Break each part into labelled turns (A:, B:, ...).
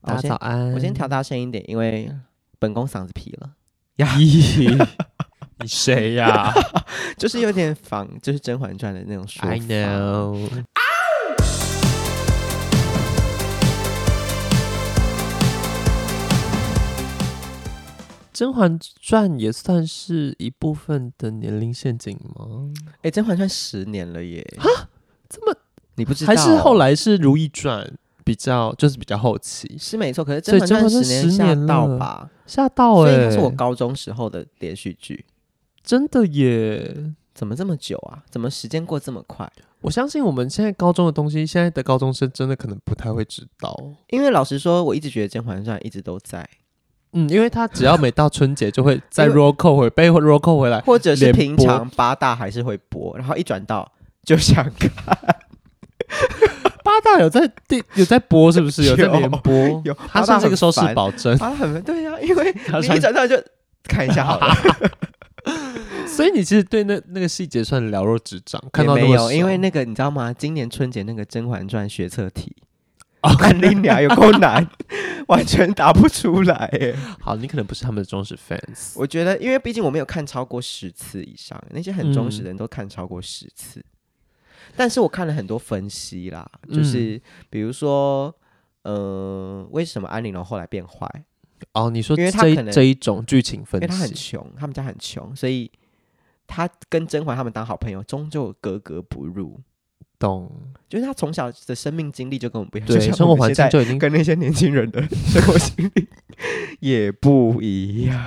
A: 大家早安。
B: 我先调大声一点，因为本宫嗓子皮了，
A: 呀，你谁 呀
B: 就是有点仿，就是《甄嬛传》的那种说法。
A: ？I know。《甄嬛传》也算是一部分的年龄陷阱吗？
B: 哎、甄嬛传》十年了耶，
A: 这么
B: 你不知道？
A: 还是后来是《如懿传》比较，就是比较后期，
B: 是没错，可是《
A: 所
B: 甄
A: 以
B: 嬛传》
A: 甄嬛传
B: 年
A: 十
B: 吓
A: 年
B: 到
A: 了
B: 吧？
A: 吓到
B: 所
A: 哎、
B: 以它是我高中时候的连续剧，
A: 真的耶！
B: 怎么这么久啊？怎么时间过这么快？
A: 我相信我们现在高中的东西，现在的高中生真的可能不太会知道。
B: 因为老实说，我一直觉得《甄嬛传》一直都在，
A: 嗯，因为他只要每到春 节就会再
B: 因为
A: roll call 回被 roll call 回来。
B: 或者是
A: 连
B: 平
A: 播
B: 常八大还是会播，然后一转到就想看。
A: 八大有在第有在播是不是？有在
B: 有
A: 联播，
B: 有
A: 他
B: 八
A: 算
B: 大
A: 是一个
B: 很
A: 收视
B: 烦
A: 保 证，
B: 啊，很对呀、因为
A: 他
B: 你
A: 穿
B: 一转到就看一下 好了。
A: 所以你其实对那那个细节算了若指掌。看
B: 也
A: 到那
B: 没
A: 么
B: 有，因
A: 少
B: 为那个你知道吗？今年春节那个《甄嬛传》学测题， 看你俩有够 难，完全答不出来耶。
A: 好，你可能不是他们的忠实 fans。
B: 我觉得，因为毕竟我没有看超过十次以上，那些很忠实的人都看超过十次。但是我看了很多分析啦，就是比如说，呃，为什么安陵容后来变坏？
A: 哦，你说
B: 因为他
A: 这一
B: 可能
A: 这一种剧情分
B: 因为他很
A: 析，
B: 穷，他们家很穷，所以他跟甄嬛他们当好朋友，终究格格不入。
A: 懂？
B: 就是他从小的生命经历就跟我们不一样，
A: 对，
B: 就像
A: 生
B: 我们
A: 活环
B: 现
A: 境
B: 在
A: 就已经
B: 跟那些年轻人的 生活经 历也不一样，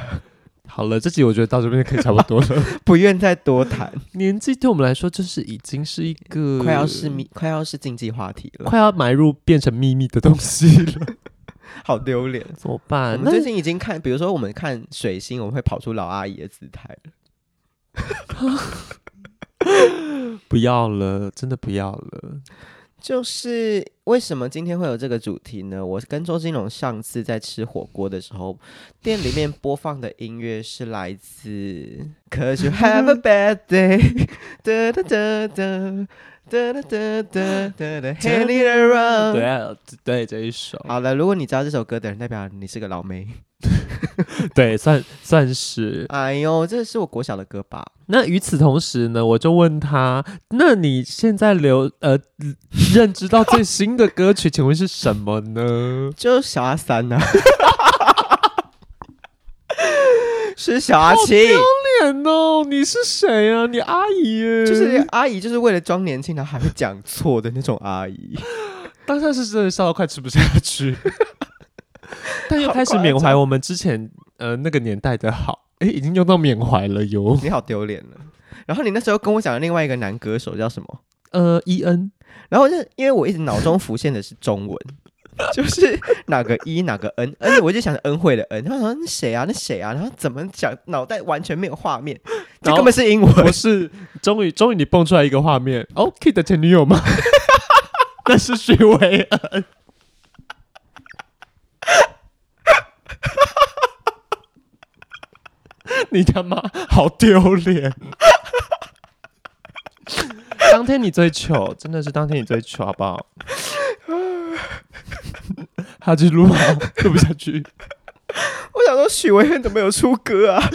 A: 好了。这集我觉得到这边就可以差不多了。
B: 不愿再多谈，
A: 年纪对我们来说，就是已经是一个
B: 快要是秘，快要是禁忌话题了，
A: 快要埋入变成秘密的东西了，
B: 好丢脸。
A: 怎么
B: 我
A: 办？
B: 们
A: 啊那
B: 最近已经看，比如说我们看水星，我们会跑出老阿姨的姿态了。
A: 不要了，真的不要了。
B: 就是为什么今天会有这个主题呢？我跟周金龙上次在吃火锅的时候，店里面播放的音乐是来自 Cause You Have a Bad Day，哒 哒哒哒哒哒哒哒哒哒，Hand It
A: 嗯
B: Around。
A: 对啊呃对，这一首，
B: 好了，如果你知道这首歌的人，代表你是个老妹。
A: 对，算算是。
B: 哎呦，这是我国小的歌吧？
A: 那与此同时呢，我就问他：那你现在流呃认知到最新的歌曲，请问是什么 呢？
B: 就是小阿三啊呐、 是小阿七。
A: 脸哦，你是谁啊？你阿姨耶？
B: 就是阿姨，就是为了装年轻，然后还会讲错的那种阿姨。
A: 当下是真的笑到快吃不下 去，但又
B: 好
A: 开始
B: 夸
A: 缅怀
B: 张
A: 我们之前呃那个年代的好，诶，已经用到缅怀了哟。
B: 你好丢脸了。然后你那时候跟我讲的另外一个男歌手叫什么？
A: 呃，伊恩，
B: 然后就是因为我一直脑中浮现的是中文， 就是哪个一哪个 n，而且我就想着恩惠的恩，然后想说那谁啊那谁啊，然后怎么讲，脑袋完全没有画面，这
A: 然后
B: 根本是英文。
A: 不是，终于终于你蹦出来一个画面，哦，Kid 的前女友 吗？那是许维恩。你他妈好丢脸！当天你最糗，真的是当天你最糗，好不好？还要继续录吗？录不下去。
B: 我想说许维恩怎么有出歌啊？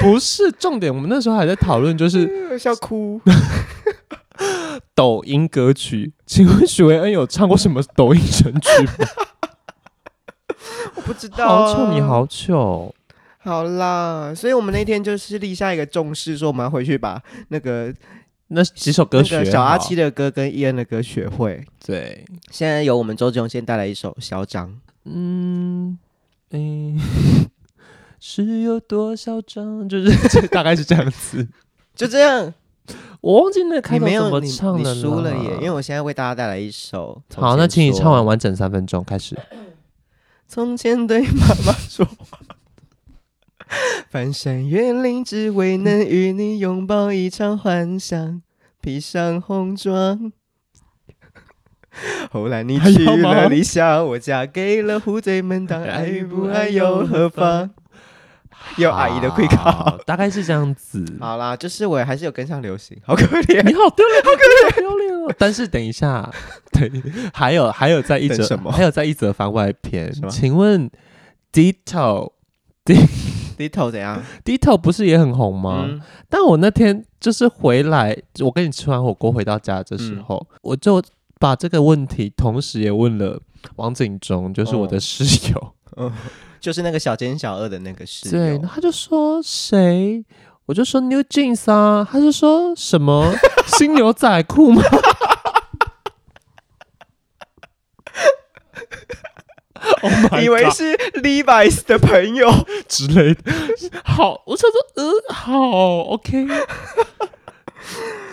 A: 不是重点，我们那时候还在讨论， 就是
B: 笑 哭。
A: 抖音歌曲，请问许维恩有唱过什么抖音神 曲吗？
B: 我不知道、啊
A: 好糗，你。好糗！哦
B: 好啦，所以我们那天就是立下一个重誓，说我们要回去把那个
A: 那几首歌
B: 那
A: 学
B: 个
A: 好
B: 小阿七的歌跟伊恩的歌学会。
A: 对，
B: 现在由我们周杰伦先带来一首《嚣张》。
A: 嗯，诶，是有多嚣张？就是 就大概是这样子。
B: 就这样，
A: 我忘记那个
B: 你
A: 开头
B: 没
A: 怎
B: 有
A: 么
B: 你
A: 唱
B: 你
A: 了，啊
B: 输了耶，因为我现在为大家带来一首。
A: 好，那请你唱 完。完整三分钟，开始。
B: 从前对妈妈说话，翻山越岭只为能与你拥抱一场幻想，披上红妆。后来你
A: 还
B: 去
A: 要吗
B: 了理想，我嫁给了虎嘴门当，爱与不爱又何 妨？有阿姨的会考
A: 好。 大概是这样子。
B: 嗯好啦，就是我还是有跟上流行，好可怜。
A: 你好丢脸，好可怜，好丢脸哦但是等一下， 对，还有还有在一
B: 等
A: 则
B: 什么
A: 还有在一则番外篇
B: 什么，
A: 请问 Dito
B: Ditto 怎 样？
A: Dito 不是也很红吗？
B: 嗯，
A: 但我那天就是回来，我跟你吃完火锅回到家的时候，
B: 嗯
A: 我就把这个问题同时也问了王景忠，就是我的
B: 哦
A: 室友。
B: 就是那个小奸小恶的那个 室
A: 对，
B: 友
A: 然后。他就说谁？我就说 New Jeans 啊，他就说什么 新牛仔裤吗？Oh my
B: 以为
A: God
B: 是 Levi's 的朋友，
A: 之类的，好，我想说，嗯，好，OK，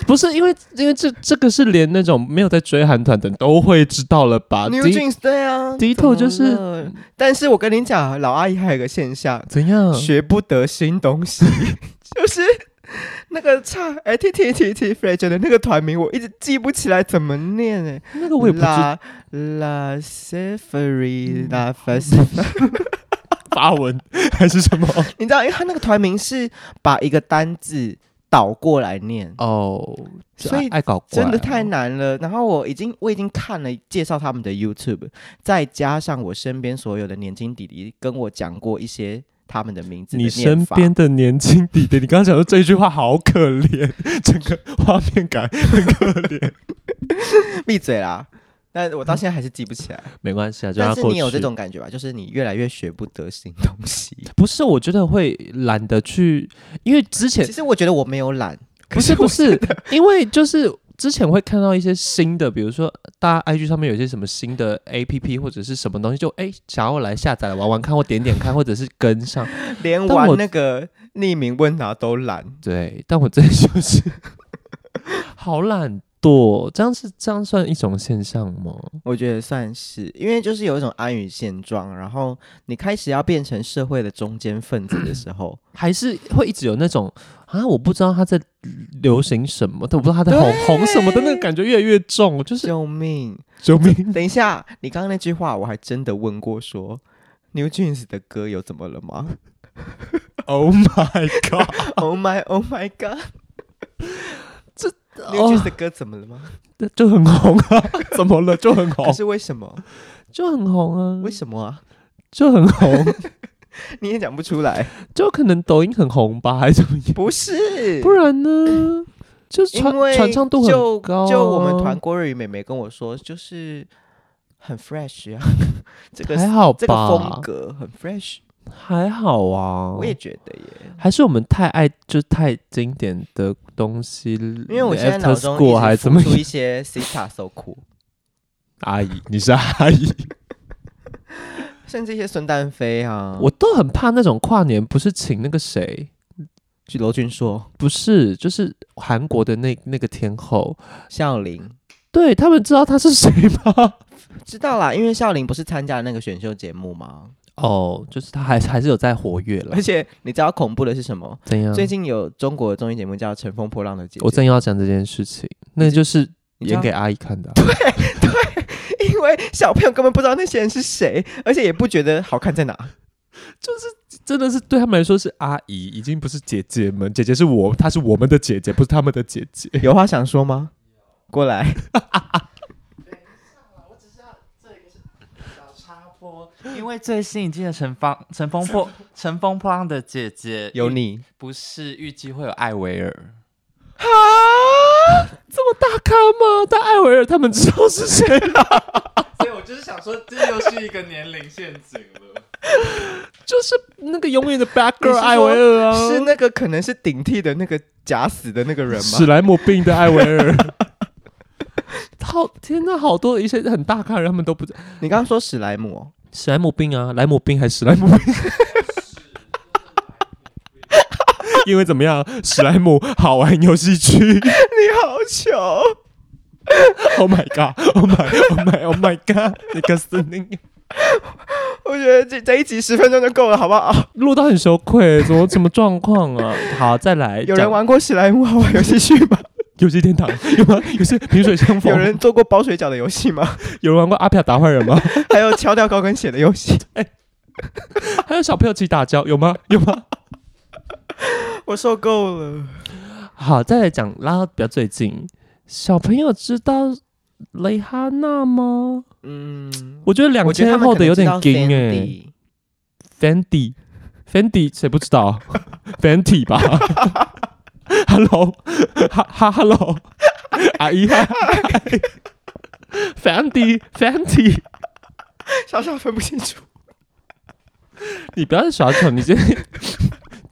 A: 不是因为因为这这个是连那种没有在追韩团的人都会知道了吧
B: New
A: 第
B: Jeans 对啊
A: Ditto 就
B: 怎
A: 是
B: 么了但是我跟你讲，老阿姨还有个现象，
A: 怎样？
B: 学不得新东西， 就是那个唱 A T T T T f r e d 的那个团名，我一直记不起来怎么念哎、
A: 那个我也不知道，
B: La La Safari La f a s i
A: 法文还 是什么？
B: 你知道，因为他那个团名是把一个单字倒过来念，
A: 哦，就
B: 所以
A: 爱爱搞怪哦，
B: 真的太难了。然后我已经我已经看了介绍他们的 YouTube，再加上我身边所有的年轻弟弟跟我讲过一些他们的名字的
A: 你
B: 念
A: 身
B: 法。
A: 边的年轻弟弟，你刚刚讲的这一句话好 可怜，整个画面感很可怜。
B: 闭嘴啦！但我到现在还是记不起 来。
A: 没关系啊，就让
B: 但
A: 它
B: 是
A: 过
B: 你
A: 去。
B: 有这种感觉吧？就是你越来越学不得新东西。
A: 不是，我觉得会懒得去，因为之前
B: 其实我觉得我没有懒，
A: 不
B: 可
A: 是不
B: 我
A: 是，因为就是之前会看到一些新的，比如说大家 IG 上面有一些什么新的 APP 或者是什么东西，就哎、想要来下载来玩玩看，或点点看，或者是跟 上。
B: 连
A: 但我
B: 玩那个匿名问答都懒。
A: 对，但我真的就是 好懒惰，这样是这样算一种现象吗？
B: 我觉得算是，因为就是有一种安于现状，然后你开始要变成社会的中间分子的时 候，
A: 还是会一直有那种啊，我不知道他在流行什么，但我不知道他在红
B: 对
A: 红什么的那个感觉越来越重，就是
B: 救命！
A: 救命！
B: 等一下，你刚刚那句话我还真的问过说，New Jeans 的歌有怎么了吗
A: Oh my god！
B: ？Oh my Oh my God！New Jeans
A: 哦，
B: 的歌怎么了吗？
A: 就很红啊， 怎么了？就很
B: 可
A: 红，
B: 是为什么？
A: 就很红啊，
B: 为什么啊？
A: 就 很红，
B: 你也讲不出 来，
A: 就可能抖音很红吧，还是怎么样？
B: 不是？
A: 不然呢？就是
B: 因
A: 传
B: 为
A: 传唱度
B: 就
A: 很高啊、
B: 就我们团郭瑞宇妹妹跟我说，就是很 fresh 啊， 这个
A: 还好吧，
B: 这个风格很 fresh，、
A: 还好啊。
B: 我也觉得耶。
A: 还是我们太爱就太经典的东西，
B: 因为我现在脑中
A: After School 啊还
B: 一直
A: 怎么
B: 浮出一些 Sita so cool，
A: 阿姨，你是阿姨，
B: 嗯甚至一些孙丹飞啊，
A: 我都很怕那种跨年，不是请那个谁，
B: 据罗俊说
A: 不是就是韩国的那那个天后，
B: 孝琳
A: 对他们知道他是谁吗？
B: 知道啦，因为孝琳不是参加了那个选秀节目吗？
A: 哦，就是他还还是有在活跃了
B: 而，且你知道恐怖的是什么？
A: 怎样？
B: 最近有中国的综艺节目叫《乘风破浪的姐姐
A: 嗯我》，正要讲这件事情，那就是
B: 你知道
A: 演给阿姨看的啊、
B: 因为小朋友根本不知道那些人是谁，而且也不觉得好看在哪。
A: 真的是对他们来说是阿姨，已经不是姐姐们，姐姐是我，她是我们的姐姐，不是他们的姐姐。
B: 有话想说吗？过来，
C: 插播，因为最新一季的《乘风 乘风破乘风破浪的姐姐》
B: 有 你，
C: 不是预计会有艾薇儿，
A: 啊，这么大咖吗？但艾薇儿他们知道是谁了，
C: 所以我就是想说，这又是一个年龄陷阱了。
A: 就是 那个永远的 bad
B: 你是
A: girl
B: 说
A: 艾薇儿啊，
B: 是那个可能是顶替的那个假死的那个人吗？
A: 史莱姆病的艾薇 儿。好天呐，好多一些很大咖的人他们都不知
B: 你刚刚说史莱姆、哦，
A: 史莱姆病啊，莱姆病还 是史莱姆病？因为怎么样，史莱姆好玩游戏区
B: 你好糗。
A: ，Oh my god，Oh my，Oh my，Oh my god，你个死你！
B: 我觉得这这一集十分钟就够了，好不啊好？
A: 录到很羞愧，怎么什么状况啊？好，再来，
B: 有
A: 讲
B: 人玩过史莱姆好玩游戏区吗？
A: 游戏天堂有吗？有是萍水相逢？
B: 有人做过包水饺的游戏 吗？
A: 有人玩过阿飘打坏人吗？
B: 还有敲掉高跟鞋的游戏？
A: 还有小朋友起打架有吗？有吗？
B: 我受够了。
A: 好，再来讲拉到比较最近，小朋友知道蕾哈娜吗？
B: 嗯，
A: 我觉得两
B: 我觉得
A: 千
B: 他们
A: 后
B: 可
A: 的
B: 能
A: 有
B: 知
A: 点
B: 道
A: 惊哎、
B: Fendi
A: Fendi Fendi 谁不知道 Fendi 吧？Hello，哈哈 Hello，阿姨哈哈 Fendi Fendi，
B: 小小分不清楚。
A: 你不要再耍蠢，你这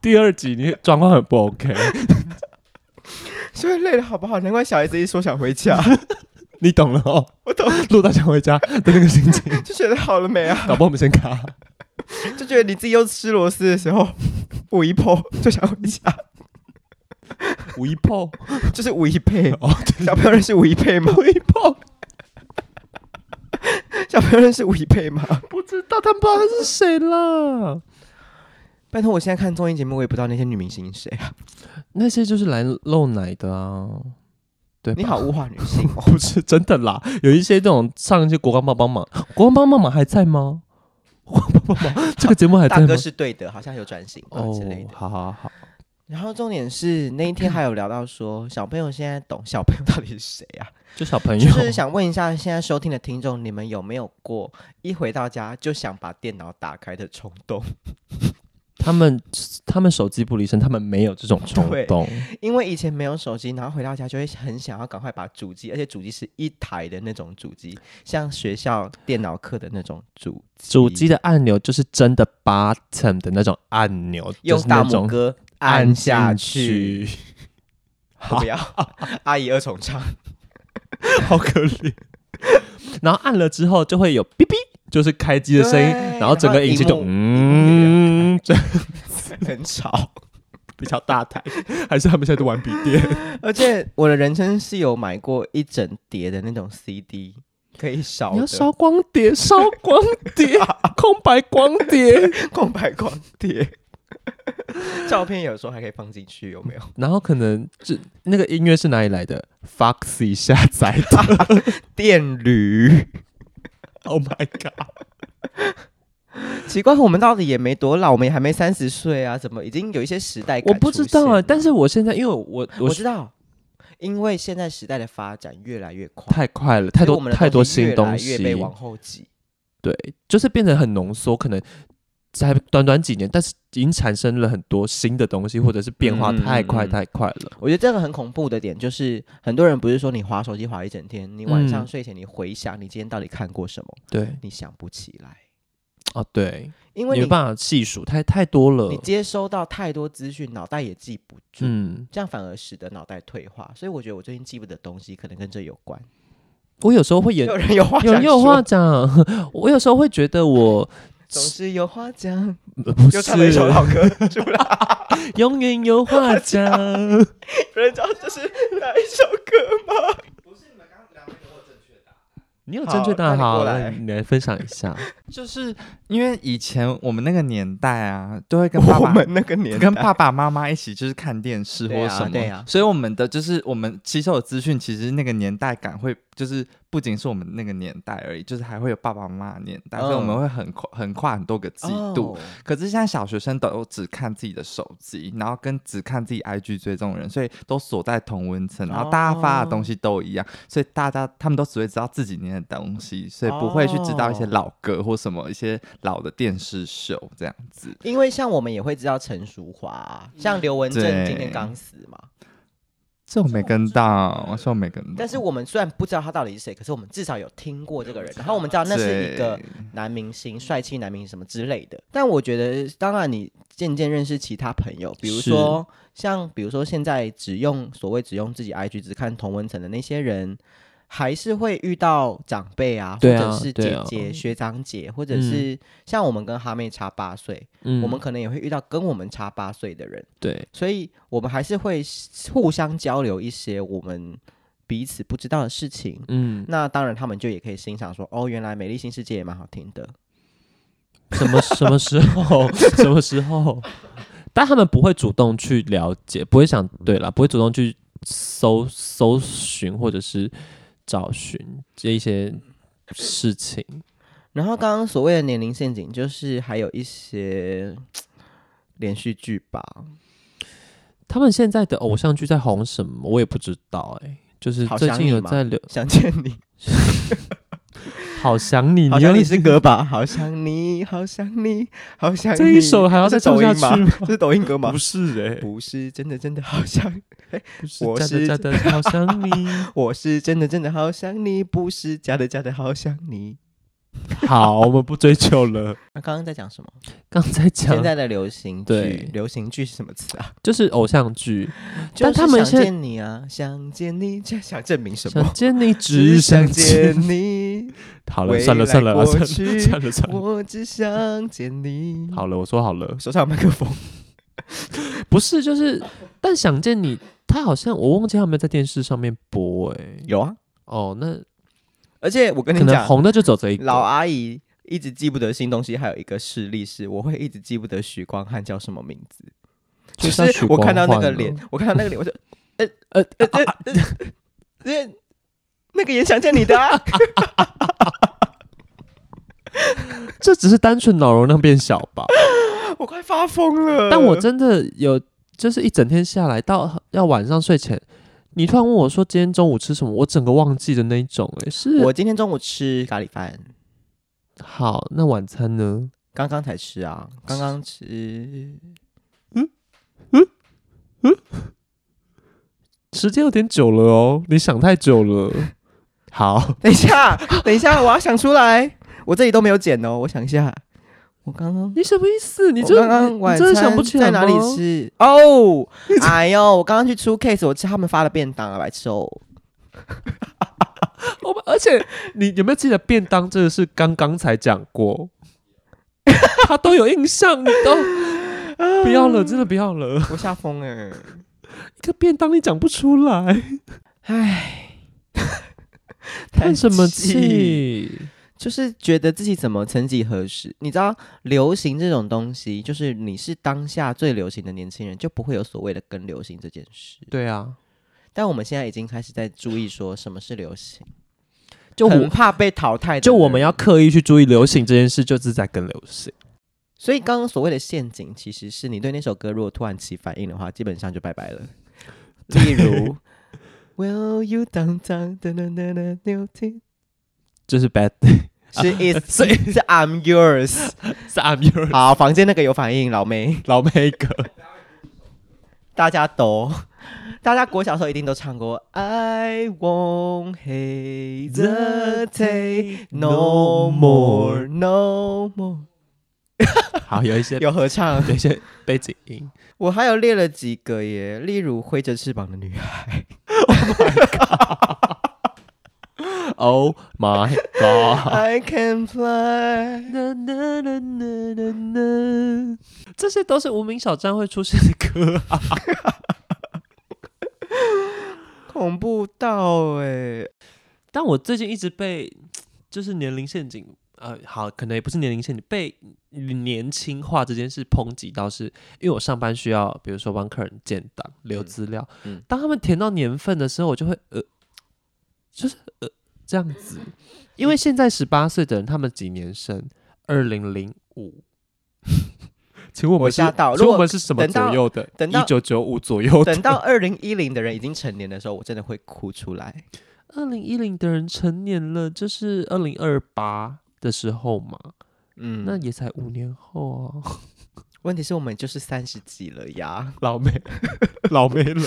A: 第二集你状况很不 OK，
B: 是会累了好不好？难怪小孩子一说想回 家，
A: 你懂了哦。
B: 我懂，
A: 录到想回家的那个心情，
B: 就觉得好了没啊？
A: 导播我们先卡。
B: 就觉得你自己又吃螺丝的时候，五一剖就想回家，
A: 五一炮
B: 就是五一配。
A: 哦，
B: 小朋友认识 五一配吗？
A: 五一炮，
B: 小朋友认识五一配吗？
A: 不知道他们不知道他是谁啦。
B: 拜托，我现在看综艺节目，我也不知道那些女明星是谁啊！
A: 那些就是来露奶的啊，对吧
B: 你好，物化女性哦。
A: 不是真的啦，有一些这种上一些国光帮帮忙，国光帮帮忙还在吗？国光帮帮忙这个节目还在
B: 大
A: 哎吗
B: 哥？是对的，好像有转型吧
A: 哦
B: 之类，的。
A: 好好好，
B: 然后重点是那一天还有聊到说，小朋友现在懂小朋友到底是谁啊？
A: 就小朋友
B: 就是想问一下现在收听的听众，你们有没有过一回到家就想把电脑打开的冲动？
A: 他们他们手机不离身，他们没有这种冲
B: 对
A: 动，
B: 因为以前没有手机，然后回到家就会很想要赶快把主机，而且主机是一台的那种主机，像学校电脑课的那种主机，
A: 主机的按钮就是真的 button 的那种按钮，
B: 用
A: 就是那
B: 大拇
A: 种
B: 哥按下
A: 进
B: 去。。我不要， 阿姨二重唱。
A: 好可怜。然后按了之后就会有哔哔，就是开机的声音
B: 对，
A: 然后整个
B: 然后
A: 引擎就
B: 荧幕
A: 嗯，这
B: 很吵，
A: 比较大台，还是他们现在都玩笔电？
B: 而且我的人生是有买过一整叠的那种 CD，可以烧
A: 你要
B: 的
A: 烧光碟，烧光 碟，空白光碟，
B: 空白光碟， 照片有时候还可以放进去，有没 有？
A: 然后可能这那个音乐是哪里来的？Foxy 下载 的
B: 电驴，
A: ，Oh my god！
B: 奇怪，我们到底也没多老，我们也还没三十岁啊，怎么已经有一些时代感？
A: 我不知道啊，，但是我现在因为我
B: 我
A: 我
B: 知道，因为现在时代的发展越来越快，
A: 太快了，太
B: 所以我
A: 多
B: 们的
A: 太多
B: 西
A: 新
B: 越来
A: 东
B: 越
A: 西，
B: 被往后挤。
A: 对，就是变得很浓缩，可能才短短几年，但是已经产生了很多新的东西，或者是变化
B: 嗯
A: 太快
B: 嗯嗯
A: 太快了。
B: 我觉得这个很恐怖的点就是，很多人不是说你划手机划一整天，你晚上
A: 嗯
B: 睡前你回想你今天到底看过什么，
A: 对，
B: 你想不起来，
A: 哦对，
B: 因
A: 你
B: 为
A: 没
B: 你
A: 办法细数，太太多了
B: 你。接收到太多资讯，脑袋也记不住，
A: 嗯，
B: 这样反而使得脑袋退化。所以我觉得我最近记不得东西，可能跟这有关。
A: 我有时候会也
B: 有人有话
A: 有
B: 讲
A: 人有话
B: 说，
A: 讲， 我有时候会觉得我
B: 总是有话讲，
A: 呃不
B: 又唱了一首
A: 是
B: 老 歌出来，
A: 永远有 话讲。
B: 有人知道这是哪一首歌吗？
A: 你有
B: 好
A: 正确答案
B: 那你
A: 好，
B: 过
A: 那
B: 来
A: 你来分享 一下。
C: 就是因为以前我们那个年代啊，都会跟爸爸。
B: 那个年
C: 跟爸爸妈妈一起就是看电视或
B: 对啊
C: 什么，
B: 对啊
C: 所以我们的就是我们吸收的资讯，其实那个年代感会就是不仅是我们那个年代而已，就是还会有爸爸妈妈的年代，所以我们
B: 嗯
C: 会很跨很跨很多个季度。
B: 哦
C: 可是现在小学生都只看自己的手机，然后跟只看自己 IG 追踪的人，所以都锁在同温层，然后大家发的东西都一样，所以大家他们都只会知道自己念的东西，所以不会去知道一些
B: 哦
C: 老歌或什么一些老的电视秀这样子。
B: 因为像我们也会知道陈淑华啊，像刘文正
C: 对
B: 今天刚死嘛，
C: 这我没跟到，我说我没跟到。
B: 但是我们虽然不知道他到底是谁，可是我们至少有听过这个人，然后我们知道那是一个
C: 对
B: 男明星、帅气男明星什么之类的。但我觉得，当然你渐渐认识其他朋友，比如
A: 是
B: 说像比如说现在只用所谓只用自己 IG 只看同文层的那些人。还是会遇到长辈啊，
A: 对啊
B: 或者是
A: 对
B: 姐
A: 啊
B: 姐、学长姐，或者是像我们跟哈妹差八岁，
A: 嗯，
B: 我们可能也会遇到跟我们差八岁的人。
A: 对
B: 所以我们还是会互相交流一些我们彼此不知道的事情。
A: 嗯，
B: 那当然，他们就也可以欣赏说，哦，原来《美丽新世界》也蛮好听的。
A: 什么什么时候？什么时候？但他们不会主动去了解，不会想对啦，不会主动去搜搜寻或者是找寻这一些事情。
B: 然后刚刚所谓的年龄陷阱，就是还有一些连续剧吧，
A: 他们现在的偶像剧在红什么，我也不知道哎、就是
B: 好
A: 最
B: 想
A: 近
B: 你
A: 有
B: 吗
A: 在流，
B: 想见你，
A: 好想你，
B: 好
A: 又
B: 想你
A: 是
B: 是歌吧？好想你，好想你，好想你。
A: 这一首还要再
B: 这是抖
A: 唱下
B: 音
A: 去
B: 吗
A: 吗？
B: 这是抖音歌吗？
A: 是哎
B: 不是，真的真的好想，
A: 不是
B: 我
A: 假
B: 是
A: 的假的，好想 你。
B: 我是真的真的好想你，不是假的假的好想你。
A: 好，我们不追究了。
B: 那刚刚在讲什么？
A: 刚才
B: 现
A: 讲
B: 在的流行
A: 对
B: 剧，流行剧是什么词啊？
A: 就是偶像剧，
B: 就
A: 但
B: 是
A: 他们
B: 想
A: 现在
B: 见你啊，想见你，这想证明什
A: 想
B: 么？
A: 见你只想见
B: 见。你，
A: 好
B: 未
A: 了，算了
B: 来
A: 算了
B: 过
A: 算了
B: 去
A: 算了 算了。
B: 我只想见你。
A: 好了，我说好了，
B: 手上有麦克风，
A: 不是就是，但想见你，他好像我忘记他有没有在电视上面播哎、
B: 有啊。
A: 哦，那
B: 而且我跟
A: 可
B: 你
A: 能
B: 讲，
A: 红的就走这一个。
B: 老啊阿姨一直记不得新东西，还有一个事例是，我会一直记不得许光汉叫什么名字。
A: 就
B: 就
A: 像
B: 是
A: 许
B: 我
A: 光
B: 看到那
A: 汉
B: 个
A: 啊
B: 脸，我看到那个脸，我 就
A: 呃
B: 呃呃呃，呃那个也想见你的啊，
A: 这只是单纯脑容量变小吧。
B: 我快发疯了。
A: 但我真的有，就是一整天下来到要晚上睡前，你突然问我说今天中午吃什么，我整个忘记的那一种、欸。是
B: 我今天中午吃咖喱饭，
A: 好，那晚餐呢？
B: 刚刚才吃啊，刚刚吃。
A: 时间有点久了哦，你想太久了。 好，
B: 等一下，等一下，我要想出来，我这里都没有剪哦，我想一下，我刚刚。
A: 你什么意思？你
B: 我
A: 这
B: 刚刚
A: 你
B: 晚
A: 真
B: 餐
A: 的想不起来
B: 在哪里
A: 吗？
B: 吃？ 哦，哎呦，我刚刚去出 case，我吃他们发的便当啊，白痴哦！
A: 我们而且你有没有记得便当这个是刚刚才讲过？ 他都有印象，你都 不要了，真的不要了。
B: 我吓疯哎！
A: 一个便当你讲不出来，
B: 唉，
A: 叹什么
B: 气？
A: 气？
B: 就是觉得自己怎么曾几何时，你知道流行这种东西，就是你是当下最流行的年轻人，就不会有所谓的跟流行这件事。
A: 对啊，
B: 但我们现在已经开始在注意说什么是流行，
A: 就
B: 很
A: 我
B: 怕被淘汰的人。
A: 就我们要刻意去注意流行这件事，就是在跟流行。
B: 所以刚刚所谓的陷阱，其实是你对那首歌如果突然起反应的话，基本上就拜拜 了。例如，Will you down down down down down down down？
A: 就是 bad
B: 是 is
A: 啊所以
B: 是 I'm yours。
A: 是 I'm your
B: 好，房间那个有反应，老妹，
A: 老妹哥，
B: 大家都，大家国小的时候一定都唱过 I won't hate the day no more no more，
A: 好有一些
B: 有合唱。
A: 有一些背景音，
B: 我还有列了几个耶，例如挥着翅膀的女孩。
A: Oh my god！
B: I can fly。
A: 这些都是无名小站会出现的歌啊、
B: 恐怖到哎、
A: 但我最近一直被就是年龄陷阱，呃，好，可能也不是年龄陷阱，被年轻化这件事抨击到是，因为我上班需要，比如说帮客人建档、留
B: 嗯
A: 资料，
B: 嗯
A: 当他们填到年份的时候，我就会呃，就是呃这样子，因为现在十八岁的人，他们几年生？二零零 五。请问我
B: 我
A: 们是
B: 吓到
A: 请
B: 如
A: 问
B: 果
A: 我们是什么
B: 等到
A: 左右的？
B: 等到
A: 一九九五左右的。
B: 等到二零一零的人已经成年的时候，我真的会哭出来。
A: 二零一零的人成年了，就是二零二八的时候嘛，
B: 嗯，
A: 那
B: 那
A: 也才五年后啊，
B: 问题是我们就是三十几了呀。
A: 老妹， 老妹了 啊！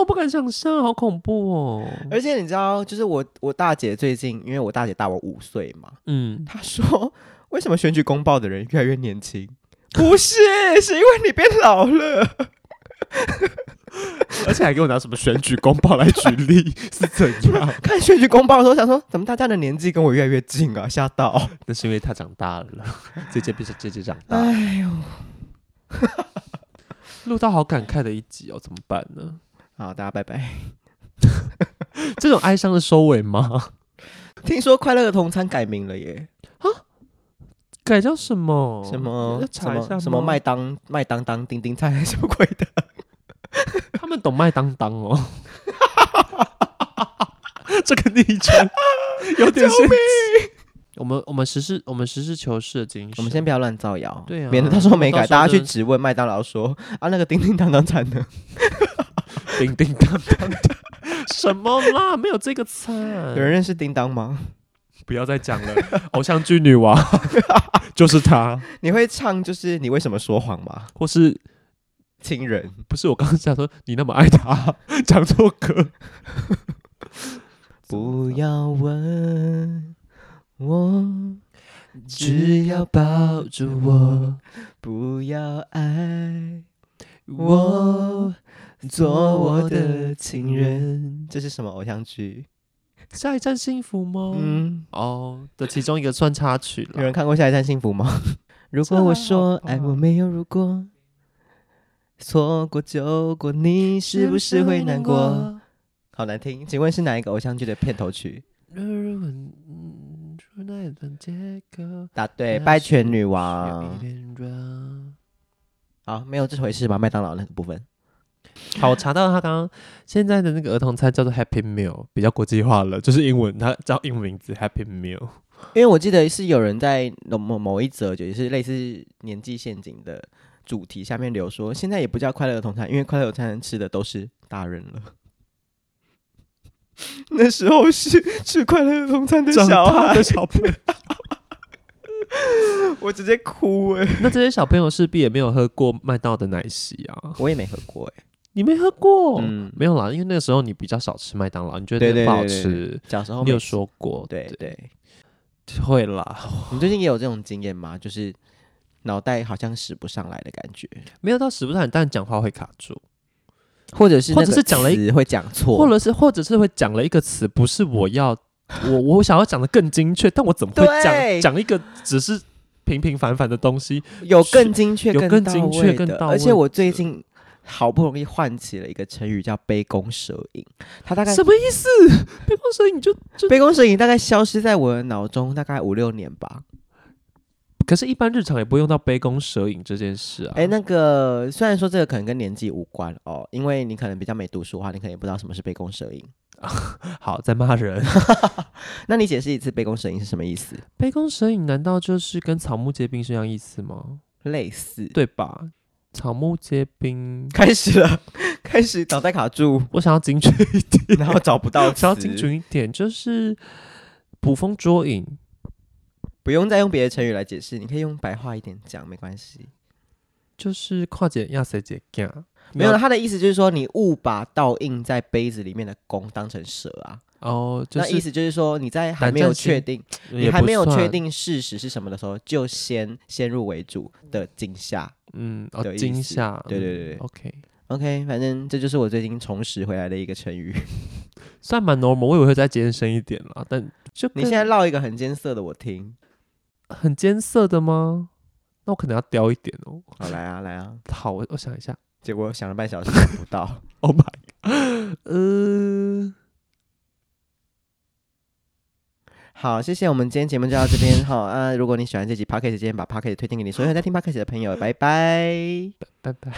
A: 我不敢想象，好恐怖哦。
B: 而且你知道，就是我我大姐最近，因为我大姐大我五岁嘛，
A: 嗯，
B: 她说为什么选举公报的人越来越年轻？不是，是因为你变老了。
A: 而且还给我拿什么选举公报来举例， 是怎样？
B: 看选举公报的时候，想说 怎么大家的年纪跟我越来越近啊，吓到。
A: 那是因为他长大了， 姐姐变成姐姐长大了，
B: 哎呦，
A: 录到好感慨的一集哦，怎么办呢？
B: 好，大家拜拜。
A: 这种哀伤的收尾 吗？
B: 听说快乐的同餐改名了耶，
A: 改叫什么？
B: 什么
A: 要
B: 什
A: 查一下
B: 么什么
A: 吗
B: 麦当麦当当叮叮菜什么鬼的，
A: 他们懂麦当当哦。 这个昵称有 点生气。我们我们实事我们实事求是的精神。
B: 我们先不要乱造谣，
A: 对啊
B: 免得到时候没
A: 到
B: 改，
A: 时候
B: 大家去
A: 真的
B: 质问麦当劳说啊那个叮叮当当餐呢？
A: 叮叮当当当，什么啦？没有这个菜。
B: 有人认识叮当吗？
A: 不要再讲了， 偶像剧女王 就是她，
B: 你会唱就是你为什么说谎吗？
A: 或是
B: 亲人，
A: 不是我刚刚想说你那么爱她，讲错歌。
B: 不要问我，
A: 只要抱住我，
B: 不要爱
A: 我
B: 我，
A: 做
B: 做
A: 我
B: 我
A: 的
B: 的
A: 情
B: 情
A: 人。
B: 这是什么偶像剧？
A: 下一站幸福吗？
B: 嗯，
A: 哦的其中一个算插曲
B: 有
A: 了
B: 人。看过《下一站幸福》吗？ 如果我说
A: 这还好吧
B: 爱我没有如果，错过就过，你是不是会难过？？好难听，请问是哪一个偶像剧的片头曲？
A: 嗯，出那段结果。
B: 答
A: 那
B: 对，
A: 是
B: 《拜权女
A: 有
B: 王
A: 一》。点软
B: 好，没有这回事吧？麦当劳那个部分。
A: 好，我查到他刚刚现在的那个儿童餐叫做 Happy Meal，比较国际化了，就是英文，它叫英文名字 Happy Meal。
B: 因为我记得是有人在某某某一则，也是类似年纪陷阱的主题下面留说，现在也不叫快乐儿童餐，因为快乐儿童餐吃的都是大人了。 那时候是吃快乐儿童餐的
A: 长
B: 小
A: 大
B: 孩
A: 的，小朋友，
B: 我直接哭哎、
A: 那这些小朋友势必也没有喝过麦当劳的奶昔啊，
B: 我也没喝过哎、
A: 你没喝过？
B: 嗯
A: 没有啦，因为那个时候你比较少吃麦当劳，你觉
B: 对
A: 得那
B: 对
A: 个不好
B: 对
A: 吃。
B: 对小时候
A: 你
B: 没
A: 有。说过，
B: 对对，
A: 会啦，
B: 你最近也有这种经验吗？就是脑袋好像使不上来的感觉，
A: 没有到使不上，但讲话会卡住，
B: 或者是
A: 或
B: 那
A: 者
B: 个
A: 是讲了一
B: 词会讲错，
A: 或者是或者是会讲了一个词，不是我要，我 我想要讲的更精确，但我怎么会讲
B: 对
A: 讲一个只是平平凡凡的东西？
B: 有更精确、
A: 有
B: 更
A: 更
B: 到
A: 精确
B: 位
A: 更
B: 的
A: 到
B: 而且
A: 位
B: 我最近好不容易唤起了一个成语叫“杯弓蛇影”，它大概
A: 什么意思？被光蛇你就就，
B: 杯弓蛇影大概消失在我的脑中大概五六年吧。
A: 可是，一般日常也不会用到杯弓蛇影这件事啊。
B: 哎、那个虽然说这个可能跟年纪无关哦，因为你可能比较没读书的话，你可能也不知道什么是杯弓蛇影。
A: 好，在骂人。
B: 那你解释一次杯弓蛇影是什么意思？
A: 杯弓蛇影难道就是跟草木皆兵是一样意思吗？
B: 类似，
A: 对吧？草木皆兵，
B: 开始了， 开始脑袋卡住，
A: 我想要精确一点，
B: 然后找不到
A: 想要
B: 词
A: 精准一点，就是捕风捉影。
B: 不用再用别的成语来解释，你可以用白话一点讲，没关系。
A: 就是跨界亚谁解干？
B: 没有了，他的意思就是说，你误把倒映在杯子里面的弓当成蛇啊。
A: 哦，就
B: 那意
A: 是
B: 思就是说，你在还
A: 胆
B: 没有
A: 战心
B: 确定，你
A: 也
B: 还
A: 不
B: 没有
A: 算
B: 确，定事实是什么的时候，就先先入为主的惊吓。
A: 嗯，哦，
B: 的意
A: 惊
B: 思
A: 吓，嗯
B: 对对对对
A: ，OK，
B: OK，反正这就是我最近重拾回来的一个成 语。
A: 算蛮 normal，我以为会再艰深一点啦，但就
B: 你
A: 跟
B: 现在唠一个很艰涩的，我听。
A: 很艰涩的吗？那我可能要雕一点哦。
B: 好，来啊，来啊。
A: 好，我我想一下。
B: 结果想了半小时想不到，
A: Oh my，god 呃，
B: 好，谢谢，我们今天节目就到这边哈。啊，如果你喜欢这集 p o c k e t 今天把 p o c k e t 推荐给你所有在听 p o c k e t 的朋友，拜拜。
A: 拜拜。